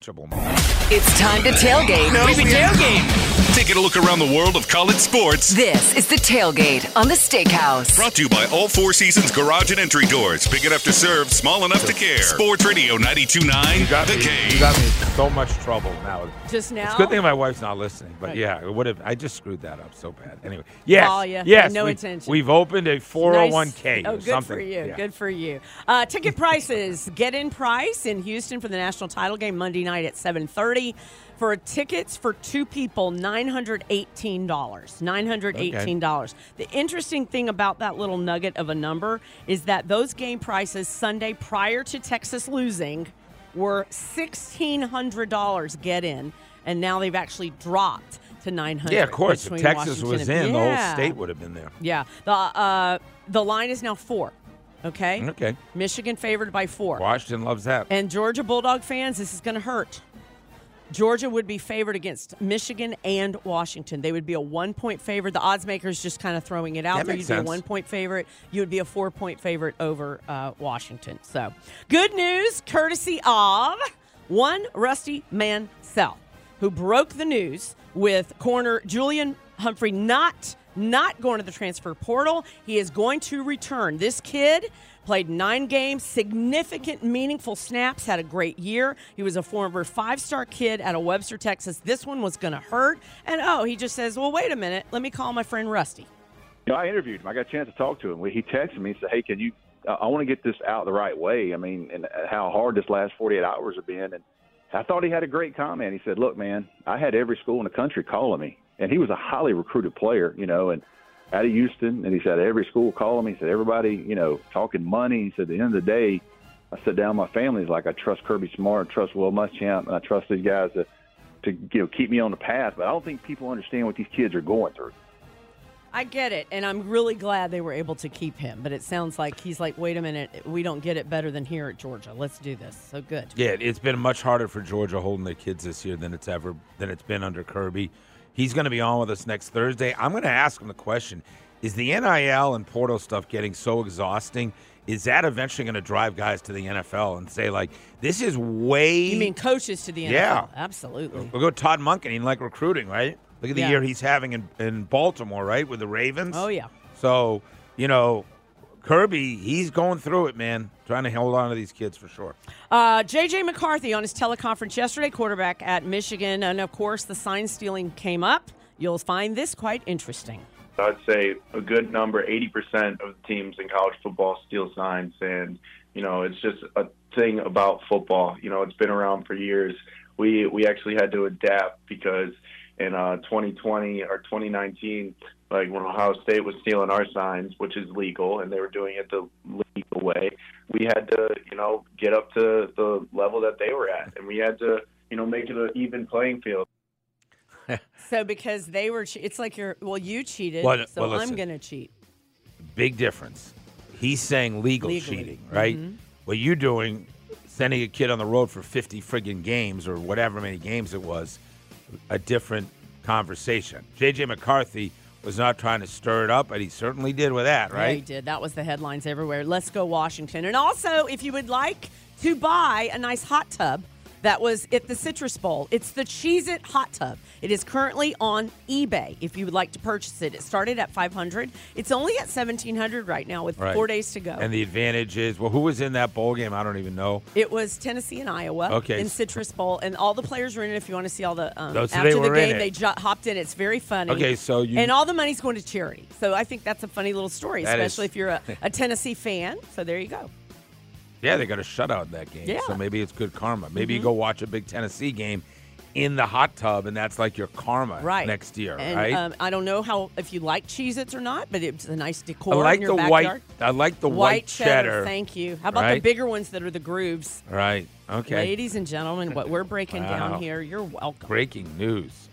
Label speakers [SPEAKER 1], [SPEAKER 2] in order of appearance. [SPEAKER 1] watchable moment.
[SPEAKER 2] It's time to tailgate.
[SPEAKER 3] Baby tailgate.
[SPEAKER 4] Taking a look around the world of college sports.
[SPEAKER 2] This is the tailgate on the Steakhouse.
[SPEAKER 4] Brought to you by All Four Seasons Garage and Entry Doors. Big enough to serve, small enough to care. Sports Radio 929
[SPEAKER 1] You got
[SPEAKER 4] The
[SPEAKER 1] me.
[SPEAKER 4] Cave.
[SPEAKER 1] You got me in so much trouble now.
[SPEAKER 5] Just now?
[SPEAKER 1] It's a good thing my wife's not listening. But
[SPEAKER 5] Right.
[SPEAKER 1] yeah, it would have. I just screwed that up so bad. Anyway, yes,
[SPEAKER 5] Oh, yeah.
[SPEAKER 1] yes.
[SPEAKER 5] No
[SPEAKER 1] we,
[SPEAKER 5] attention.
[SPEAKER 1] We've opened a four hundred one
[SPEAKER 5] Nice.
[SPEAKER 1] k.
[SPEAKER 5] Oh, good
[SPEAKER 1] something.
[SPEAKER 5] for you.
[SPEAKER 1] Yeah.
[SPEAKER 5] Good for you. Uh, ticket prices. Get in price in Houston for the national title game Monday night at 7:30. For tickets for two people, nine hundred eighteen dollars. Nine hundred eighteen dollars. The interesting thing about that little nugget of a number is that those game prices Sunday prior to Texas losing were sixteen hundred dollars get in, and now they've actually dropped to nine hundred.
[SPEAKER 1] Yeah, of course. If Texas was in, the whole state would have been there.
[SPEAKER 5] yeah. The uh, the line is now four. Okay.
[SPEAKER 1] Okay.
[SPEAKER 5] Michigan favored by four.
[SPEAKER 1] Washington loves that.
[SPEAKER 5] And Georgia Bulldog fans, this is going to hurt. Georgia would be favored against Michigan and Washington. They would be a one point favorite. The odds makers just kind of throwing it out
[SPEAKER 1] That
[SPEAKER 5] there. You'd
[SPEAKER 1] makes
[SPEAKER 5] be a
[SPEAKER 1] sense.
[SPEAKER 5] one point favorite. You would be a four point favorite over uh, Washington. So, good news courtesy of one Rusty Mansell, who broke the news with corner Julian Humphrey not not going to the transfer portal. He is going to return. This kid played nine games, significant, meaningful snaps, had a great year. He was a former five star kid out of Webster, Texas. This one was going to hurt. And oh, he just says, well, wait a minute. Let me call my friend Rusty.
[SPEAKER 6] You know, I interviewed him. I got a chance to talk to him. He texted me and said, "Hey, can you? I I want to get this out the right way. I mean, and how hard this last 48 hours have been." And I thought he had a great comment. He said, "Look, man, I had every school in the country calling me, and he was a highly recruited player, you know, and out of Houston. And he said every school calling me. He said everybody, you know, talking money. He said at the end of the day, I sit down with my family. He's like, I trust Kirby Smart, I trust Will Muschamp, and I trust these guys to to you know keep me on the path. But I don't think people understand what these kids are going through."
[SPEAKER 5] I get it, and I'm really glad they were able to keep him. But it sounds like he's like, wait a minute, we don't get it better than here at Georgia. Let's do this. So good.
[SPEAKER 1] Yeah, it's been much harder for Georgia holding their kids this year than it's ever than it's been under Kirby. He's going to be on with us next Thursday. I'm going to ask him the question: Is the NIL and portal stuff getting so exhausting? Is that eventually going to drive guys to the NFL and say like, "This is way"?
[SPEAKER 5] You mean coaches to the NFL?
[SPEAKER 1] Yeah.
[SPEAKER 5] Absolutely.
[SPEAKER 1] We'll go Todd Munkin. He like recruiting, right? Look at the
[SPEAKER 5] Yeah.
[SPEAKER 1] year he's having in, in Baltimore, right, with the Ravens.
[SPEAKER 5] Oh, yeah.
[SPEAKER 1] So you know, Kirby, he's going through it, man, trying to hold on to these kids for sure.
[SPEAKER 5] Uh, J.J. McCarthy on his teleconference yesterday, quarterback at Michigan. And of course, the sign stealing came up. You'll find this quite interesting.
[SPEAKER 7] So I'd say a good number, 80% of the teams in college football steal signs. And, you know, it's just a thing about football. You know, it's been around for years. We, we actually had to adapt because in uh, 2020 or 2019, like when Ohio State was stealing our signs, which is legal, and they were doing it the legal way, we had to, you know, get up to the level that they were at. And we had to, you know, make it an even playing field.
[SPEAKER 5] So, because they were, che- it's like you're, well, you cheated,
[SPEAKER 1] Well,
[SPEAKER 5] so
[SPEAKER 1] well,
[SPEAKER 5] I'm
[SPEAKER 1] listen.
[SPEAKER 5] going to cheat.
[SPEAKER 1] big difference. He's saying legal
[SPEAKER 5] Legally. Mm-hmm.
[SPEAKER 1] cheating, right? What you're doing, sending a kid on the road for 50 friggin' games or whatever many games it was, a different conversation. J.J. McCarthy was not trying to stir it up, but he certainly did with that,
[SPEAKER 5] Yeah, he
[SPEAKER 1] right?
[SPEAKER 5] did. That was the headlines everywhere. Let's go Washington. And also, if you would like to buy a nice hot tub that was at the Citrus Bowl, it's the Cheez It hot tub. It is currently on eBay if you would like to purchase it. It started at 500. It's only at 1700 right now with
[SPEAKER 1] Right.
[SPEAKER 5] 4 days to go.
[SPEAKER 1] And the advantage is, well, who was in that bowl game? I don't even know.
[SPEAKER 5] it was Tennessee and Iowa
[SPEAKER 1] Okay.
[SPEAKER 5] in Citrus Bowl, and all the players were in it. If you want to see all the um,
[SPEAKER 1] Oh, so
[SPEAKER 5] after
[SPEAKER 1] they
[SPEAKER 5] the
[SPEAKER 1] were in
[SPEAKER 5] game,
[SPEAKER 1] it.
[SPEAKER 5] they jo- hopped in. It's very funny.
[SPEAKER 1] Okay, so you-
[SPEAKER 5] and all the money's going to charity. So I think that's a funny little story,
[SPEAKER 1] That is-
[SPEAKER 5] especially if you're a, a Tennessee fan. So there you go.
[SPEAKER 1] Yeah, they got a shutout in that game.
[SPEAKER 5] Yeah. Mm-hmm.
[SPEAKER 1] So maybe it's good karma. Maybe you go watch a big Tennessee game in the hot tub, and that's like your karma
[SPEAKER 5] right
[SPEAKER 1] next year,
[SPEAKER 5] And,
[SPEAKER 1] right?
[SPEAKER 5] Um, I don't know how if you like Cheez-Its or not, but it's a nice decor.
[SPEAKER 1] I like
[SPEAKER 5] in your
[SPEAKER 1] the
[SPEAKER 5] backyard.
[SPEAKER 1] white. I like the white,
[SPEAKER 5] cheddar. Thank you. How about the
[SPEAKER 1] right?
[SPEAKER 5] bigger ones that are the grooves,
[SPEAKER 1] Right. Okay.
[SPEAKER 5] ladies and gentlemen? What we're breaking
[SPEAKER 1] Wow.
[SPEAKER 5] down here, you're welcome.
[SPEAKER 1] Breaking news.